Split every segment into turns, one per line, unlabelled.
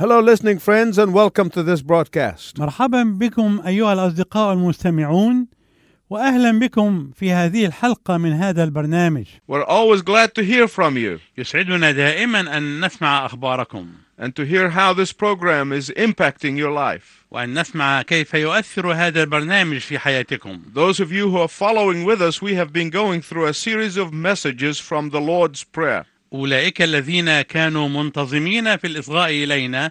Hello, listening friends, and welcome to this broadcast.
مرحبا بكم أيها الأصدقاء المستمعون وأهلا بكم في هذه الحلقة من هذا البرنامج
We're always glad to hear from you
يسعدنا دائما أن نسمع أخباركم
and to hear how this program is impacting your life.
وأن نسمع كيف يؤثر هذا البرنامج في حياتكم
Those of you who are following with us, we have been going through a series of messages from the Lord's Prayer.
أولئك الذين كانوا منتظمين في الإصغاء إلينا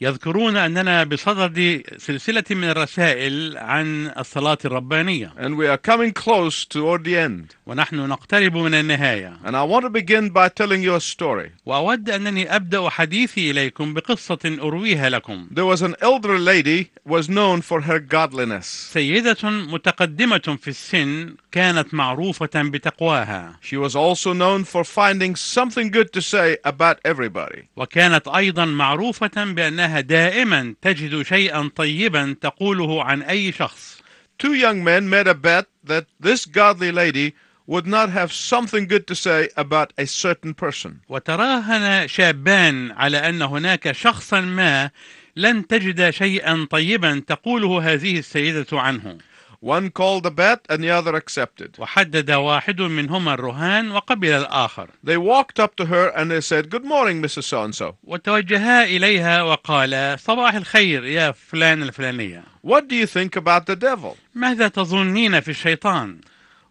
يذكرون أننا بصدد سلسلة من الرسائل عن الصلاة الربانية
And we are coming close toward the end.
ونحن نقترب من النهاية
And I want to begin by telling you a story.
وأود أنني أبدأ حديثي إليكم بقصة أرويها لكم
There was an elder lady was known for her godliness.
سيدة متقدمة في السن كانت معروفة بتقواها
She was also known for finding something good to say about everybody.
وكانت أيضا معروفة بأنها دائما تجد شيئا طيبا تقوله عن أي شخص
Two young men made a bet that this godly lady would not have something good to say about a certain person.
وتراهن شابان على أن هناك شخصا ما لن تجد شيئا طيبا تقوله هذه السيدة عنه
One called the bet and the other accepted.
وحدد واحد منهما الرهان وقبل الآخر
They walked up to her and they said, Good morning, Mrs. So and so.
وتوجها إليها وقالا صباح الخير يا فلان الفلانية
What do you think about the devil?
ماذا تظنين في الشيطان؟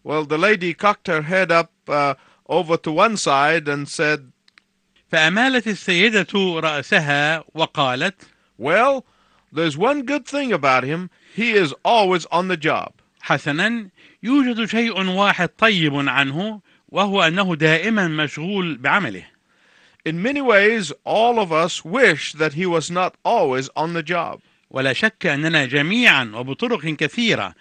Well, the lady cocked her head up uh, over to one side and said,
فأمالت السيدة رأسها وقالت
Well, there's one good thing about him. He is always on the job.
حسنا يوجد شيء واحد طيب عنه وهو أنه دائما مشغول بعمله
In many ways, all of us wish that he was not always on the job.
ولا شك أننا جميعا وبطرق كثيرة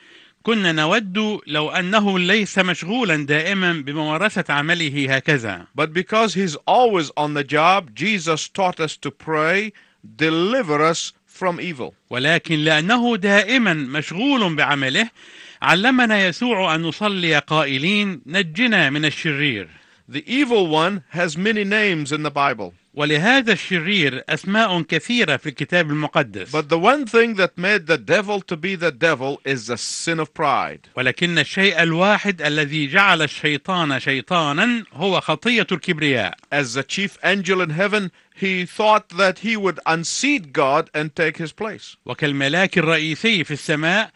كنا نود لو أنه ليس مشغولا دائما بممارسة عمله هكذا
But because he's always on the job, Jesus taught us to pray, deliver us from evil.
ولكن لأنه دائما مشغول بعمله علمنا يسوع أن نصلي قائلين نجنا من الشرير
The evil one has many names in the Bible.
ولهذا الشرير أسماء كثيرة في الكتاب المقدس
But the one thing that made the devil to be the devil is the sin of pride.
ولكن الشيء الواحد الذي جعل الشيطان شيطانا هو خطية الكبرياء
As the chief angel in heaven, he thought that he would unseat God and take his place.
وكالملاك الرئيسي في السماء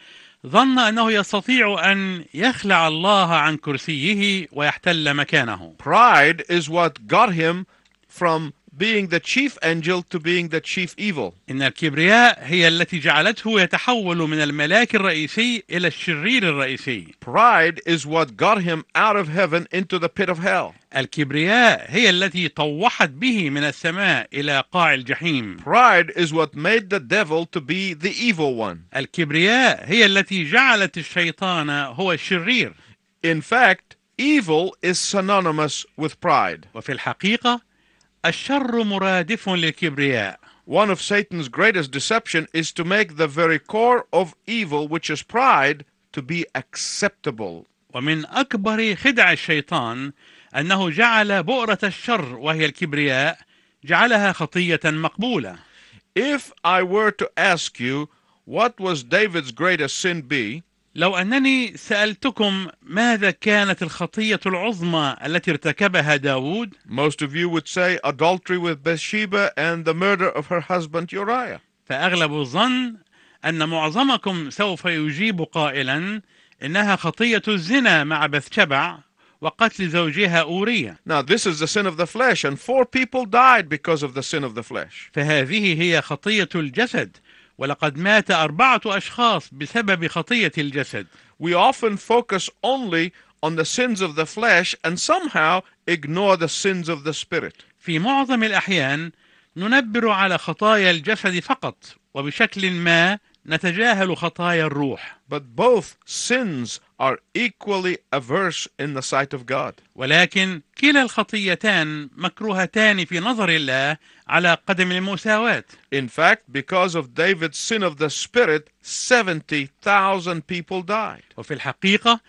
ظن أنه يستطيع أن يخلع الله عن كرسيه ويحتل مكانه
Pride is what got him from being the chief angel to being the chief evil.
إن الكبرياء هي التي جعلته يتحول من الملاك الرئيسي إلى الشرير الرئيسي
Pride is what got him out of heaven into the pit of hell.
الكبرياء هي التي طوحت به من السماء إلى قاع الجحيم
Pride is what made the devil to be the evil one.
الكبرياء هي التي جعلت الشيطان هو الشرير
In fact, evil is synonymous with pride.
وفي الحقيقة الشر مرادف للكبرياء
One of Satan's greatest deception is to make the very core of evil, which is pride, to be acceptable.
ومن أكبر خدع الشيطان أنه جعل بؤرة الشر وهي الكبرياء جعلها خطية مقبولة
If I were to ask you, what was David's greatest sin be?
لو أنني سألتكم ماذا كانت الخطية العظمى التي ارتكبها داود
Most of you would say adultery with Bathsheba and the murder of her husband Uriah.
فأغلب الظن أن معظمكم سوف يجيب قائلا إنها خطية الزنا مع بثشبع وقتل زوجها أورية
Now, this is the sin of the flesh, and four people died because of the sin of the flesh.
فهذه هي خطية الجسد ولقد مات أربعة أشخاص بسبب خطية الجسد
We often focus only on the sins of the flesh and somehow ignore the sins of the spirit.
في معظم الأحيان ننبر على خطايا الجسد فقط وبشكل ما نتجاهل خطايا الروح
But both sins are equally averse in the sight of God.
ولكن كلا الخطيتان مكروهتان في نظر الله على قدم المساواة
In fact, because of David's sin of the spirit, 70,000 people died.
وفي الحقيقة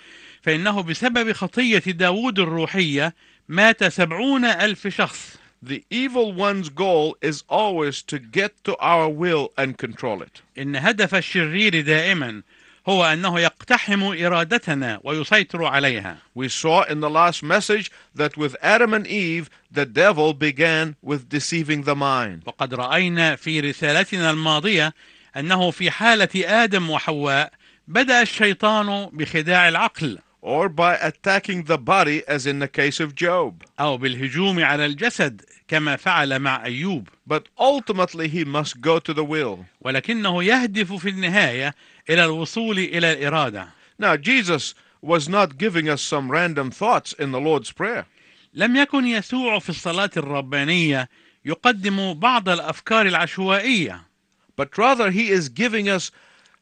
فإنه بسبب خطية داود الروحية مات سبعون ألف شخص
the evil one's goal is always to get to our will and control it.
إن هدف الشرير دائما هو أنه يقتحم إرادتنا ويسيطر عليها
We saw in the last message that with Adam and Eve, the devil began with deceiving the mind.
وقد رأينا في رسالتنا الماضية أنه في حالة آدم وحواء بدأ الشيطان بخداع العقل
or by attacking the body, as in the case of Job.
أو بالهجوم على الجسد كما فعل مع أيوب
But ultimately, he must go to the will.
ولكنه يهدف في النهاية إلى الوصول إلى الإرادة
Now, Jesus was not giving us some random thoughts in the Lord's Prayer.
لم يكن يسوع في الصلاة الربانية يقدم بعض الأفكار العشوائية
but rather he is giving us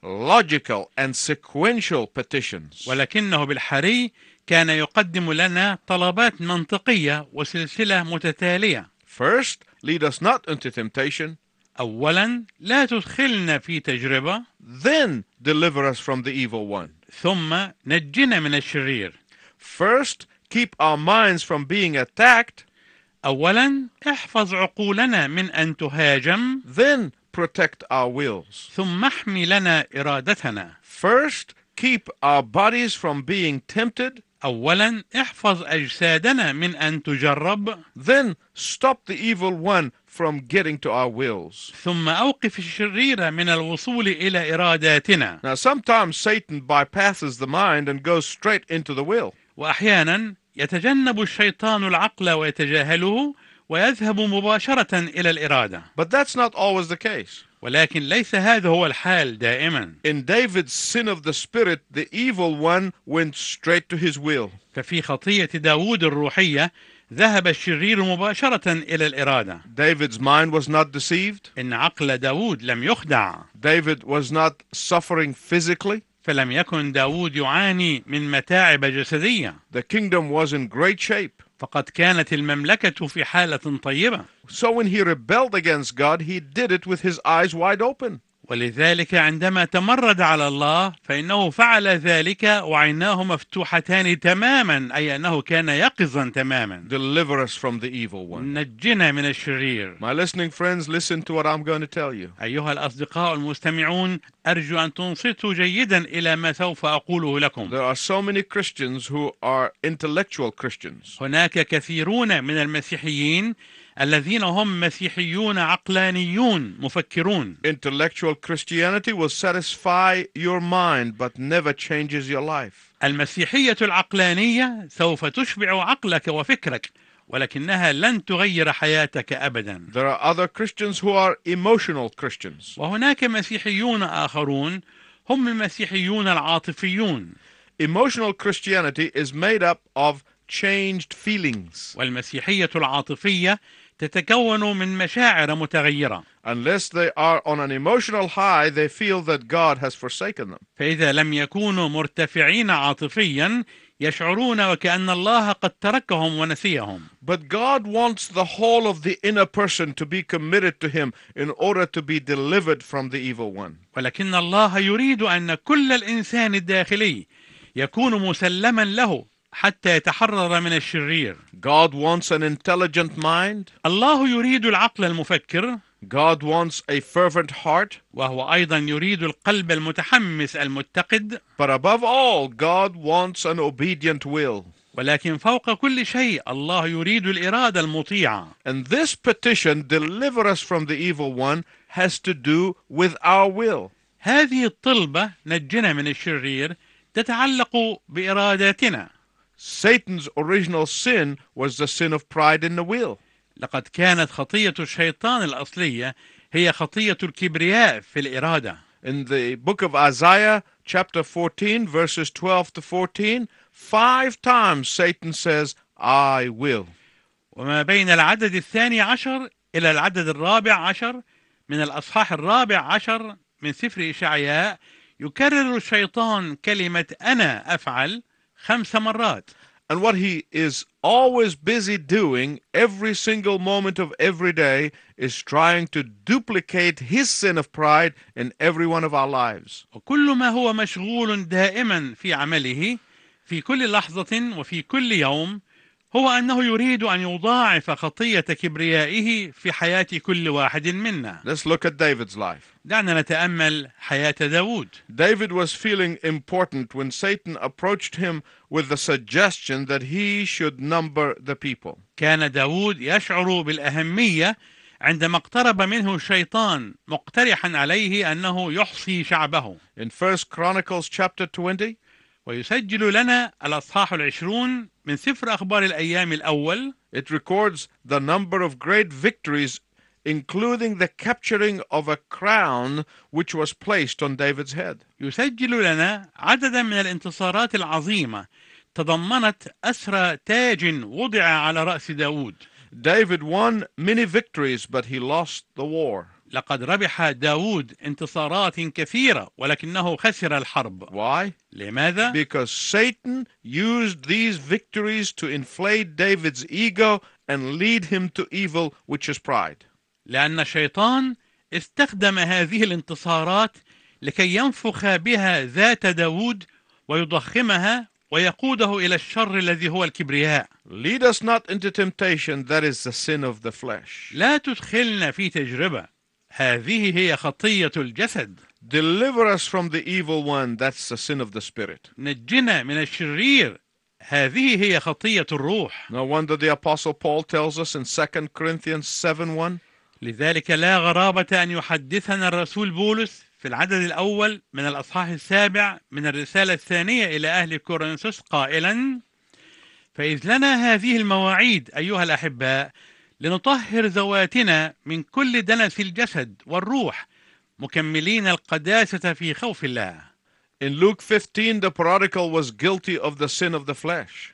logical and sequential petitions.
ولكنه بالحري كان يقدم لنا طلبات منطقية وسلسلة متتالية
First, lead us not into temptation,
أولا لا تدخلنا في تجربة
then deliver us from the evil one.
ثم نجنا من الشرير
First, keep our minds from being attacked,
أولا احفظ عقولنا من أن تهاجم
then protect our wills.
ثم احمي لنا إرادتنا
First, keep our bodies from being tempted,
أولا احفظ أجسادنا من أن تجرب
then stop the evil one from getting to our wills.
ثم أوقف الشرير من الوصول إلى إراداتنا
Now, sometimes Satan bypasses the mind and goes straight into the will.
وأحيانا يتجنب الشيطان العقل ويتجاهله ويذهب مباشرة إلى الإرادة
But that's not always the case.
ولكن ليس هذا هو الحال دائما
In David's sin of the spirit, the evil one went straight to his will.
ففي خطية داود الروحية ذهب الشرير مباشرة إلى الإرادة
David's mind was not deceived.
إن عقل داود لم يخدع
David was not suffering physically.
فلم يكن داود يعاني من متاعب جسدية
The kingdom was in great shape.
فقد كانت المملكة في حالة طيبة
So when he rebelled against God, he did it with his eyes wide open.
ولذلك عندما تمرد على الله فإنه فعل ذلك وعيناه مفتوحتان تماما أي أنه كان يقظا تماما
Deliver us from the evil one.
نجنا من الشرير
My listening friends, listen to what I'm going to tell you.
أيها الأصدقاء المستمعون أرجو أن تنصتوا جيدا إلى ما سوف أقوله لكم
There are so many Christians who are intellectual Christians.
هناك كثيرون من المسيحيين الذين هم مسيحيون عقلانيون مفكرون
Intellectual Christianity will satisfy your mind but never changes your life.
المسيحية العقلانية سوف تشبع عقلك وفكرك ولكنها لن تغير حياتك أبدا
There are other Christians who are emotional Christians.
وهناك مسيحيون آخرون هم المسيحيون العاطفيون
Emotional Christianity is made up of changed feelings.
والمسيحية العاطفية تتكون من مشاعر متغيرة
Unless they are on an emotional high, they feel that God has forsaken them.
فإذا لم يكونوا مرتفعين عاطفيا يشعرون وكأن الله قد تركهم ونسيهم
But God wants the whole of the inner person to be committed to Him in order to be delivered from the evil one.
ولكن الله يريد أن كل الإنسان الداخلي يكون مسلما له حتى يتحرر من الشرير
God wants an intelligent mind.
الله يريد العقل المفكر
God wants a fervent heart.
وهو أيضا يريد القلب المتحمس المتقد
But above all, God wants an obedient will.
ولكن فوق كل شيء الله يريد الإرادة المطيعة
And this petition, deliver us from the evil one, has to do with our will.
هذه الطلبة نجنا من الشرير تتعلق بإراداتنا
Satan's original sin was the sin of pride in the will.
لقد كانت خطية الشيطان الأصلية هي خطية الكبرياء في الإرادة
In the book of Isaiah, chapter 14, verses 12 to 14, five times Satan says, I will.
وما بين العدد الثاني عشر إلى العدد الرابع عشر من الأصحاح الرابع عشر من سفر إشعياء يكرر الشيطان كلمة أنا أفعل خمس مرات
And what he is always busy doing every single moment of every day is trying to duplicate his sin of pride in every one of our lives.
وكل ما هو مشغول دائما في عمله في كل لحظة وفي كل يوم هو أنه يريد أن يضاعف خطية كبريائه في حياة كل واحد منا
Let's look at David's life.
دعنا نتأمل حياة داود
David was feeling important when Satan approached him with the suggestion that he should number the people.
كان داود يشعر بالأهمية عندما اقترب منه الشيطان مقترحا عليه أنه يحصي شعبه
In 1 Chronicles chapter 20,
ويسجل لنا الأصحاح العشرون من سفر أخبار الأيام الأول
it records the number of great victories, including the capturing of a crown which was placed on David's head.
يسجل لنا عددا من الانتصارات العظيمة تضمنت أسرى تاج وضع على رأس داود
David won many victories, but he lost the war.
لقد ربح داود انتصارات كثيرة ولكنه خسر الحرب
Why?
لماذا؟
Because Satan used these victories to inflate David's ego and lead him to evil, which is pride.
لأن الشيطان استخدم هذه الانتصارات لكي ينفخ بها ذات داود ويضخمها ويقوده إلى الشر الذي هو الكبرياء
Lead us not into temptation, that is the sin of the flesh.
لا تدخلنا في تجربة هذه هي خطية الجسد
Deliver us from the evil one, that's the sin of the spirit.
نجنا من الشرير هذه هي خطية الروح
No wonder the apostle Paul tells us in 2 Corinthians 7 1,
لذلك لا غرابة أن يحدثنا الرسول بولس في العدد الأول من الأصحاح السابع من الرسالة الثانية إلى أهل كورنثوس قائلا فإذ لنا هذه المواعيد أيها الأحباء لنطهر ذواتنا من كل دنس الجسد والروح مكملين القداسة في خوف الله
In Luke 15, the prodigal was guilty of the sin of the flesh.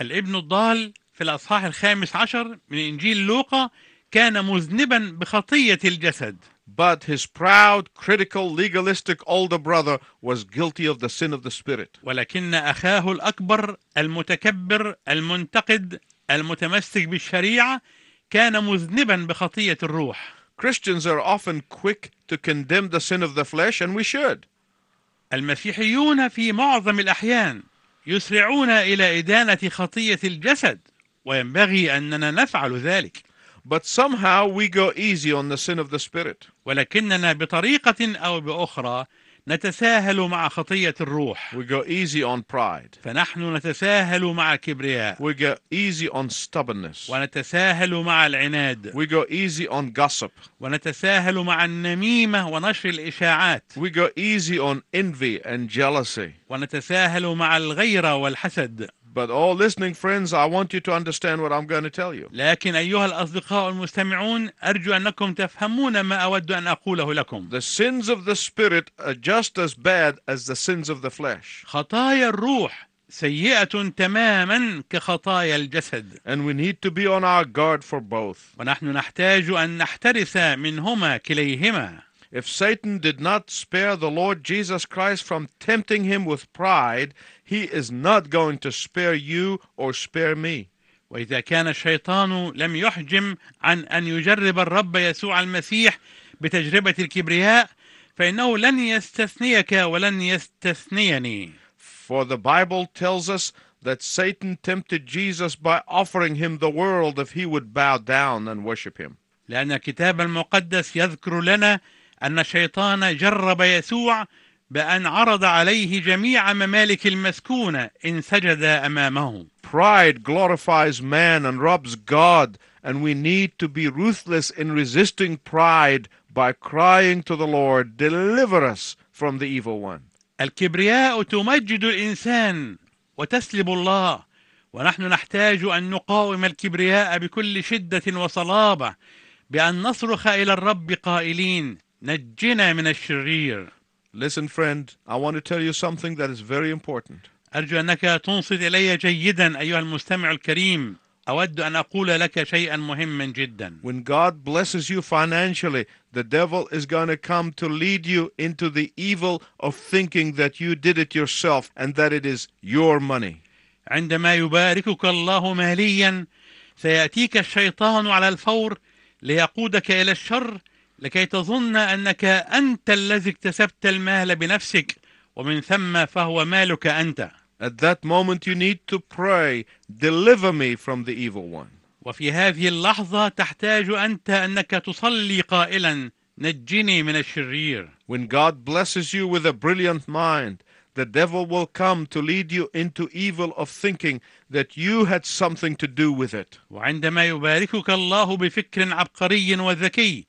الابن الضال في الأصحاح الخامس عشر من إنجيل لوقا كان مذنبا بخطية الجسد
But his proud, critical, legalistic older brother was guilty of the sin of the spirit.
ولكن أخاه الأكبر المتكبر المنتقد المتمسك بالشريعة كان مذنبا بخطية الروح
Christians are often quick to condemn the sin of the flesh, and we should.
المسيحيون في معظم الأحيان يسرعون إلى إدانة خطية الجسد وينبغي أننا نفعل ذلك
But somehow we go easy on the sin of the spirit.
ولكننا بطريقة أو بأخرى نتساهل مع خطية الروح
We go easy on pride.
فنحن نتساهل مع الكبرياء
We go easy on stubbornness.
ونتساهل مع العناد
We go easy on gossip.
ونتساهل مع النميمة ونشر الإشاعات
We go easy on envy and jealousy.
ونتساهل مع الغيرة والحسد
But, all listening friends, I want you to understand what I'm going to tell you.
لكن أيها الأصدقاء المستمعون أرجو أنكم تفهمون ما أود أن أقوله لكم
The sins of the spirit are just as bad as the sins of the flesh.
خطايا الروح سيئة تماما كخطايا الجسد
And we need to be on our guard for both.
ونحن نحتاج أن نحترس منهما كليهما
If Satan did not spare the Lord Jesus Christ from tempting him with pride, he is not going to spare you or spare me.
وإذا كان الشيطان لم يحجم عن أن يجرب الرب يسوع المسيح بتجربة الكبرياء فإنه لن يستثنيك ولن يستثنيني
For the Bible tells us that Satan tempted Jesus by offering him the world if he would bow down and worship him.
لأن الكتاب المقدس يذكر لنا أن الشيطان جرب يسوع بأن عرض عليه جميع ممالك المسكونة إن سجد أمامه
Pride glorifies man and robs God, and we need to be ruthless in resisting pride by crying to the Lord, Deliver us from the evil one.
الكبرياء تمجد الإنسان وتسلب الله ونحن نحتاج أن نقاوم الكبرياء بكل شدة وصلابة بأن نصرخ إلى الرب قائلين نجنا من الشرير
Listen, friend, I want to tell you something that is very important.
أرجو أنك تنصت إلي جيدا أيها المستمع الكريم أود أن أقول لك شيئا مهما جدا
When God blesses you financially, the devil is going to come to lead you into the evil of thinking that you did it yourself and that it is your money.
عندما يباركك الله ماليا سيأتيك الشيطان على الفور ليقودك إلى الشر لكي تظن أنك أنت الذي اكتسبت المال بنفسك ومن ثم فهو مالك أنت
At that moment, you need to pray, Deliver me from the evil one.
وفي هذه اللحظة تحتاج أنت أنك تصلي قائلا نجني من الشرير
When God blesses you with a brilliant mind, the devil will come to lead you into evil of thinking that you had something to do with it.
وعندما يباركك الله بفكر عبقري وذكي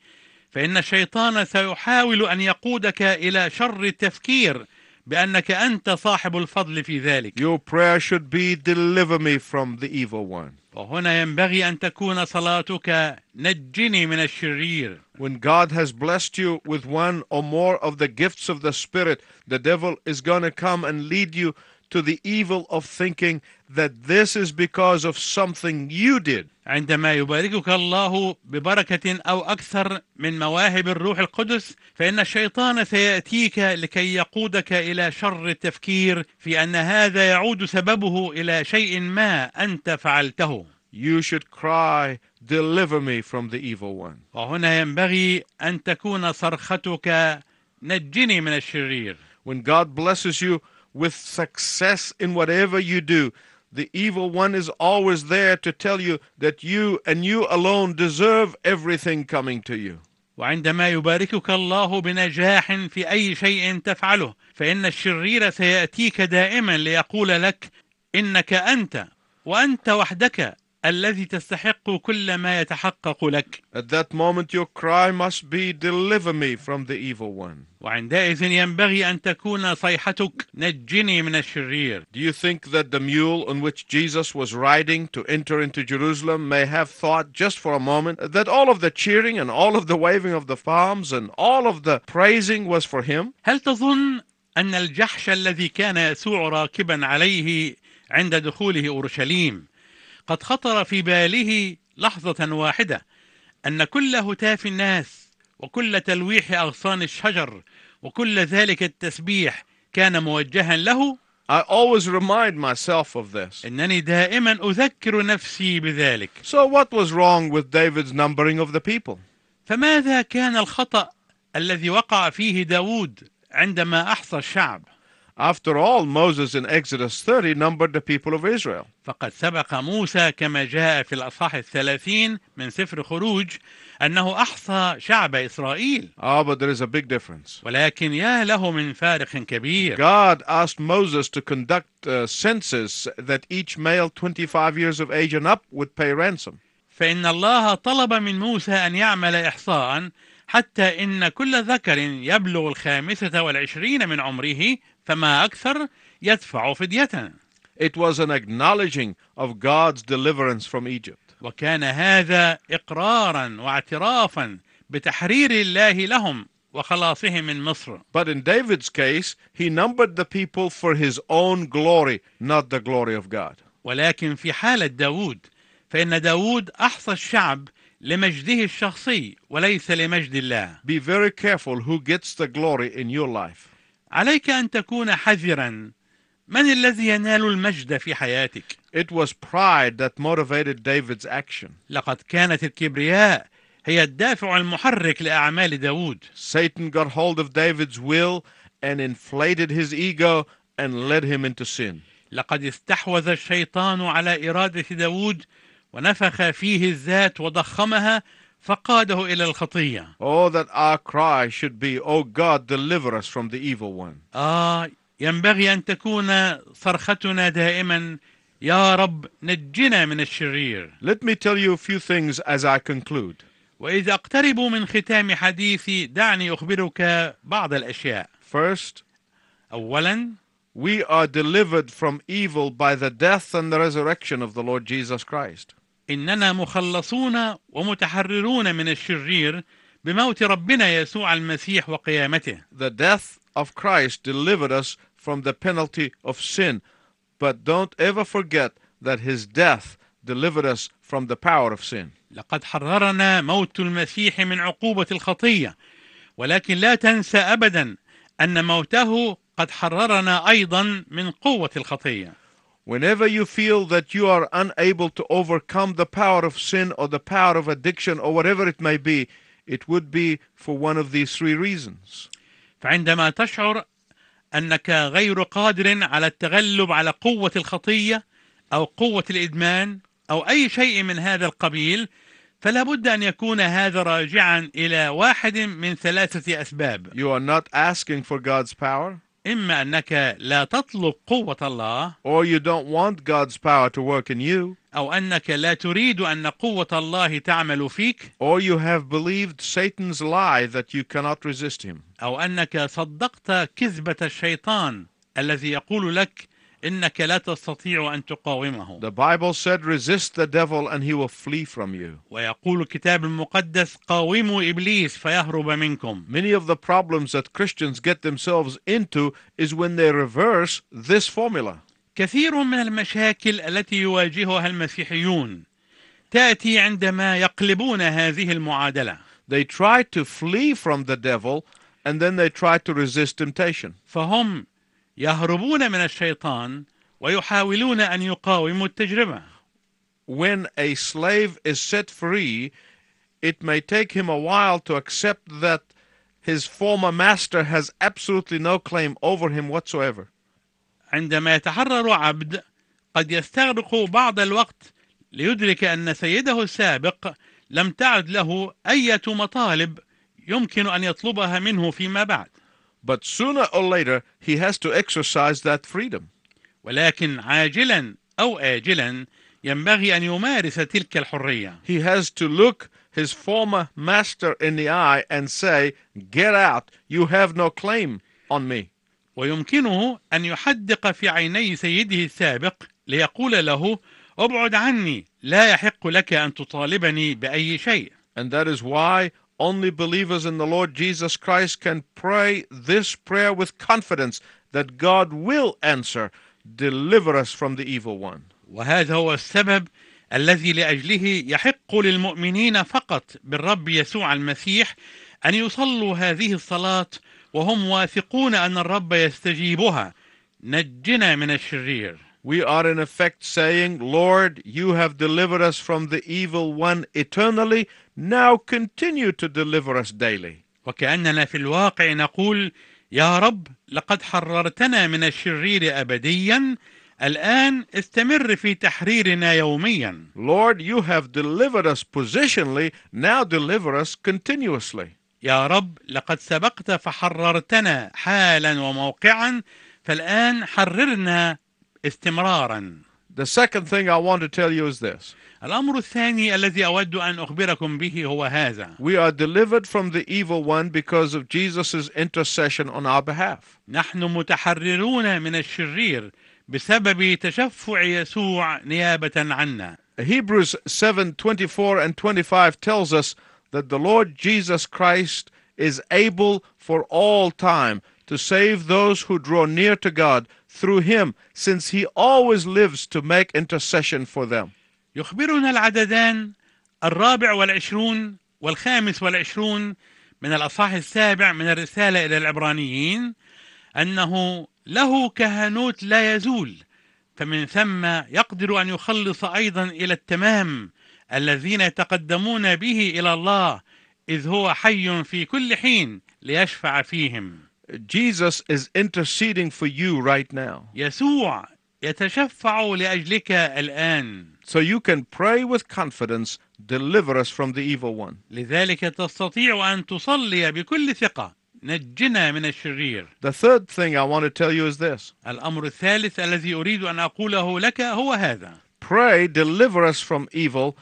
فإن الشيطان سيحاول أن يقودك إلى شر التفكير بأنك أنت صاحب الفضل في ذلك
Your prayer should be, Deliver me from the evil one.
وهنا ينبغي أن تكون صلاتك نجني من الشرير
When God has blessed you with one or more of the gifts of the Spirit, the devil is going to come and lead you to the evil of thinking that this is because of something you did.
عندما يباركك الله ببركة أو أكثر من مواهب الروح القدس فإن الشيطان سيأتيك لكي يقودك إلى شر التفكير في أن هذا يعود سببه إلى شيء ما أنت فعلته
You should cry, Deliver me from the evil one.
وهنا ينبغي أن تكون صرختك نجني من الشرير
When God blesses you with success in whatever you do, the evil one is always there to tell you that you and you alone deserve everything coming to you.
وعندما يباركك الله بنجاح في أي شيء تفعله فإن الشرير سيأتيك دائما ليقول لك إنك أنت وأنت وحدك الذي تستحق كل ما يتحقق لك
At that moment, your cry must be, Deliver me from the evil one.
وعندئذ ينبغي أن تكون صيحتك نجني من الشرير
Do you think that the mule on which Jesus was riding to enter into Jerusalem may have thought just for a moment that all of the cheering and all of the waving of the palms and all of the praising was for him?
هل تظن أن الجحش الذي كان يسوع راكبا عليه عند دخوله أورشليم قد خطر في باله لحظة واحدة أن كل هتاف الناس وكل تلويح أغصان الشجر وكل ذلك التسبيح كان موجها له
I always remind myself of this.
إنني دائما أذكر نفسي بذلك
So, what was wrong with David's numbering of the people?
فماذا كان الخطأ الذي وقع فيه داود عندما أحصى الشعب
After all, Moses in Exodus 30 numbered the people of Israel.
فقد سبق موسى كما جاء في الأصحاح الثلاثين من سفر خروج أنه أحصى شعب إسرائيل
Ah, but there is a big difference.
ولكن يا له من فارق كبير
God asked Moses to conduct a census that each male 25 years of age and up would pay ransom.
فإن الله طلب من موسى أن يعمل إحصاء حتى إن كل ذكر يبلغ الخامسة والعشرين من عمره فما أكثر يدفع فدية
It was an acknowledging of God's deliverance from Egypt.
وكان هذا إقرارا واعترافا بتحرير الله لهم وخلاصهم من مصر
But in David's case, he numbered the people for his own glory, not the glory of God.
ولكن في حالة داود فإن داود أحصى الشعب لمجده الشخصي وليس لمجد الله
Be very careful who gets the glory in your life.
عليك أن تكون حذرا من الذي ينال المجد في حياتك
It was pride that motivated David's action.
لقد كانت الكبرياء هي الدافع المحرك لأعمال داود
Satan got hold of David's will and inflated his ego and led him into sin.
لقد استحوذ الشيطان على إرادة داود ونفخ فيه الذات وضخمها فقاده إلى الخطيئة
Oh, that our cry should be, O God, deliver us from the evil one.
آه ينبغي أن تكون صرختنا دائما يا رب نجنا من الشرير
Let me tell you a few things as I conclude.
وإذا أقترب من ختام حديثي دعني أخبرك بعض الأشياء
First,
أولا
we are delivered from evil by the death and the resurrection of the Lord Jesus Christ.
إننا مخلصون ومتحررون من الشرير بموت ربنا يسوع المسيح وقيامته
The death of Christ delivered us from the penalty of sin. But don't ever forget that his death delivered us from the power of sin.
لقد حررنا موت المسيح من عقوبة الخطية ولكن لا تنسى أبدا أن موته قد حررنا أيضا من قوة الخطية
Whenever you feel that you are unable to overcome the power of sin or the power of addiction or whatever it may be, it would be for one of these three reasons.
فعندما تشعر انك غير قادر على التغلب على قوه الخطيه او قوه الادمان او اي شيء من هذا القبيل فلا بد ان يكون هذا راجعا الى واحد من ثلاثه اسباب
You are not asking for God's power,
اما انك لا تطلب قوه الله
or you don't want God's power to work in you,
او انك لا تريد ان قوه الله تعمل فيك
or you have believed Satan's lie that you cannot resist him.
او انك صدقت كذبه الشيطان الذي يقول لك انك لا تستطيع ان تقاومه
The Bible said, resist the devil and he will flee from you.
ويقول الكتاب المقدس قاوموا ابليس فيهرب منكم
Many of the problems that Christians get themselves into is when they reverse this formula.
كثير من المشاكل التي يواجهها المسيحيون تاتي عندما يقلبون هذه المعادله
They try to flee from the devil and then they try to resist temptation.
فهم يهربون من الشيطان ويحاولون ان يقاوموا التجربه
When a slave is set free, it may take him a while to accept that his former master has absolutely no claim over him whatsoever.
عندما يتحرر عبد قد يستغرق بعض الوقت ليدرك ان سيده السابق لم تعد له اية مطالب يمكن ان يطلبها منه فيما بعد
But sooner or later, he has to exercise that freedom.
ولكن عاجلا او اجلا ينبغي ان يمارس تلك الحريه
He has to look his former master in the eye and say, Get out. You have no claim on me.
ويمكنه ان يحدق في عيني سيده السابق ليقول له ابعد عني لا يحق لك ان تطالبني باي شيء
And that is why only believers in the Lord Jesus Christ can pray this prayer with confidence that God will answer, Deliver us from the evil one.
وهذا هو السبب الذي لاجله يحق للمؤمنين فقط بالرب يسوع المسيح ان يصلوا هذه الصلاه وهم واثقون ان الرب يستجيبها نجنا من الشرير
We are in effect saying, Lord, you have delivered us from the evil one eternally. Now continue to deliver us daily.
وكأننا في الواقع نقول يا رب لقد حررتنا من الشرير أبديا الآن استمر في تحريرنا يوميا
Lord, you have delivered us positionally. Now deliver us continuously.
يا رب لقد سبقت فحررتنا حالا وموقعا فالآن حررنا استمرارا
The second thing I want to tell you is this
الأمر الثاني الذي أود أن أخبركم به هو هذا
We are delivered from the evil one because of Jesus' intercession on our behalf.
نحن متحررون من الشرير بسبب تشفع يسوع نيابة عنا
Hebrews 7 24 and 25 tells us that the Lord Jesus Christ is able for all time to save those who draw near to God through him, since he always lives to make intercession for them.
يخبرنا العددان الرابع والعشرون والخامس والعشرون من الأصحاح السابع من الرسالة إلى العبرانيين أنه له كهنوت لا يزول فمن ثم يقدر أن يخلص أيضا إلى التمام الذين يتقدمون به إلى الله إذ هو حي في كل حين ليشفع فيهم
Jesus is interceding for you right now.
يسوع يتشفع لأجلك الآن
So you can pray with confidence, deliver us from the evil one.
لذلك تستطيع أن تصلي بكل ثقة نجنا من الشرير
The third thing I want to tell you is this
الأمر الثالث الذي أريد أن أقوله لك هو هذا
pray, deliver us from evil,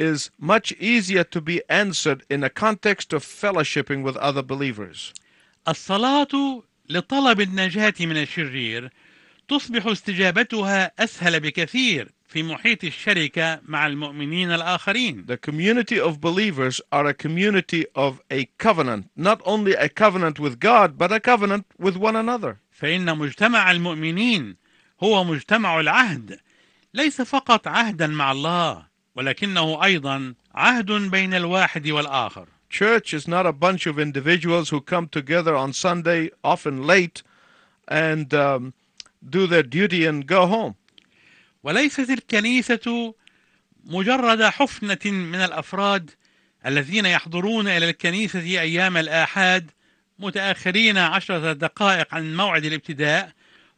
is much easier to be answered in a context of fellowshipping with other believers.
الصلاة لطلب النجاة من الشرير تصبح استجابتها أسهل بكثير في محيط الشركة مع المؤمنين الآخرين
The community of believers are a community of a covenant, not only a covenant with God, but a covenant with one another.
فإن مجتمع المؤمنين هو مجتمع العهد ليس فقط عهدا مع الله ولكنه أيضا عهد بين الواحد والآخر
Church is not a bunch of individuals who come together on Sunday, often late, and um, do their duty and go home.
وليست الكنيسة مجرد حفنة من الأفراد الذين يحضرون إلى الكنيسة أيام الآحاد متأخرين عشرة دقائق عن موعد الابتداء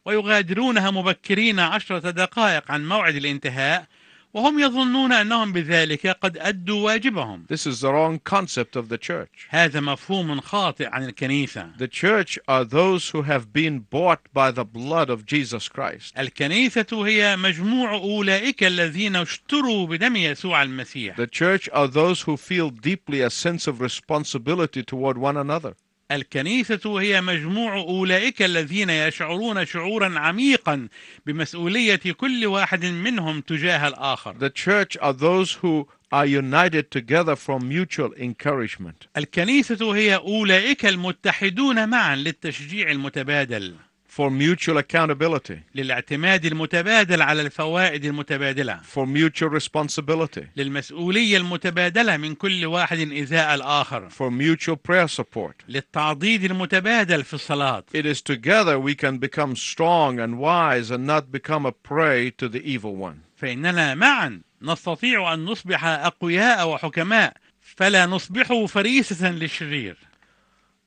ويغادرونها مبكرين عشرة دقائق عن موعد الانتهاء وهم يظنون أنهم بذلك قد أدوا واجبهم
This is the wrong concept of the church.
هذا مفهوم خاطئ عن الكنيسة
The church are those who have been bought by the blood of Jesus Christ.
الكنيسة هي مجموع أولئك الذين اشتروا بدم يسوع المسيح
The church are those who feel deeply a sense of responsibility toward one another.
الكنيسة هي مجموع أولئك الذين يشعرون شعورا عميقا بمسؤولية كل واحد منهم تجاه الآخر
The church are those who are united together from mutual encouragement,
الكنيسة هي أولئك المتحدون معا للتشجيع المتبادل
for mutual accountability,
للاعتماد المتبادل على الفوائد المتبادلة
for mutual responsibility,
للمسؤولية المتبادلة من كل واحد إزاء الآخر
for mutual prayer support.
للتعضيد المتبادل في الصلاة
It is together we can become strong and wise and not become a prey to the evil one.
فإننا معا نستطيع أن نصبح أقوياء وحكماء فلا نصبح فريسة للشرير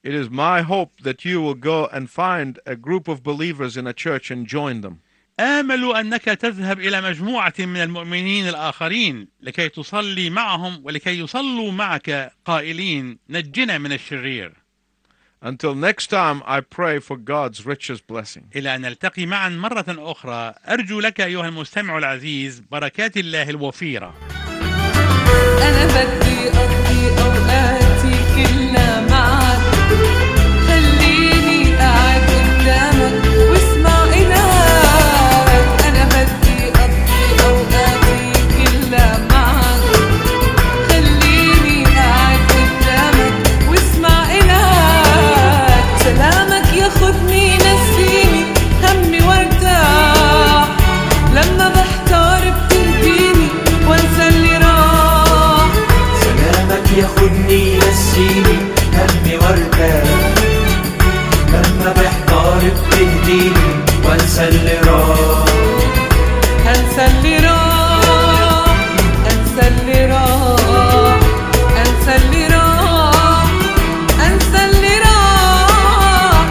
It is my hope that you will go and find a group of believers in a church and join them.
آمل أنك تذهب إلى مجموعة من المؤمنين الآخرين لكي تصلي معهم ولكي يصلوا معك قائلين نجنا من الشرير
Until next time, I pray for God's richest blessing.
إلى أن نلتقي معا مرة أخرى أرجو لك أيها المستمع العزيز بركات الله الوفيرة
أنا بدي أقضي أوقاتي كلها معك خليني قاعد قدامك واسمع إلهك أنا بدي أقضي أوقاتي كلها معك خليني قاعد قدامك واسمع إلهك سلامك ياخدني ينسيني همي وارتاح لما بحتار بتربيني وانسى اللي راح
سلامك ياخدني ينسيني همي وارتاح لما بحتار بتهديني وانسى اللي راح
انسى اللي راح انسى اللي راح انسى اللي راح انسى اللي راح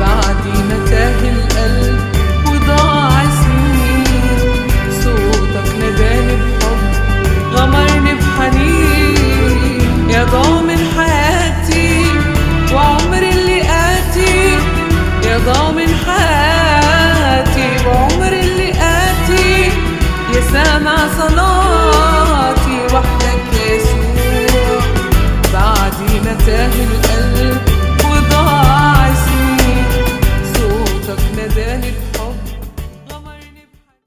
بعدي متاه القلب وضاع سنين صوتك نداني بحب غمرني بحنين يا ضامن حياتي وعمر اللي آتي يا ضامن حياتي وعمر اللي آتي يا سامع صلاتي وحدك يا يسوع بعدي متاه القلب وضاع سنين صوتك نداني بحب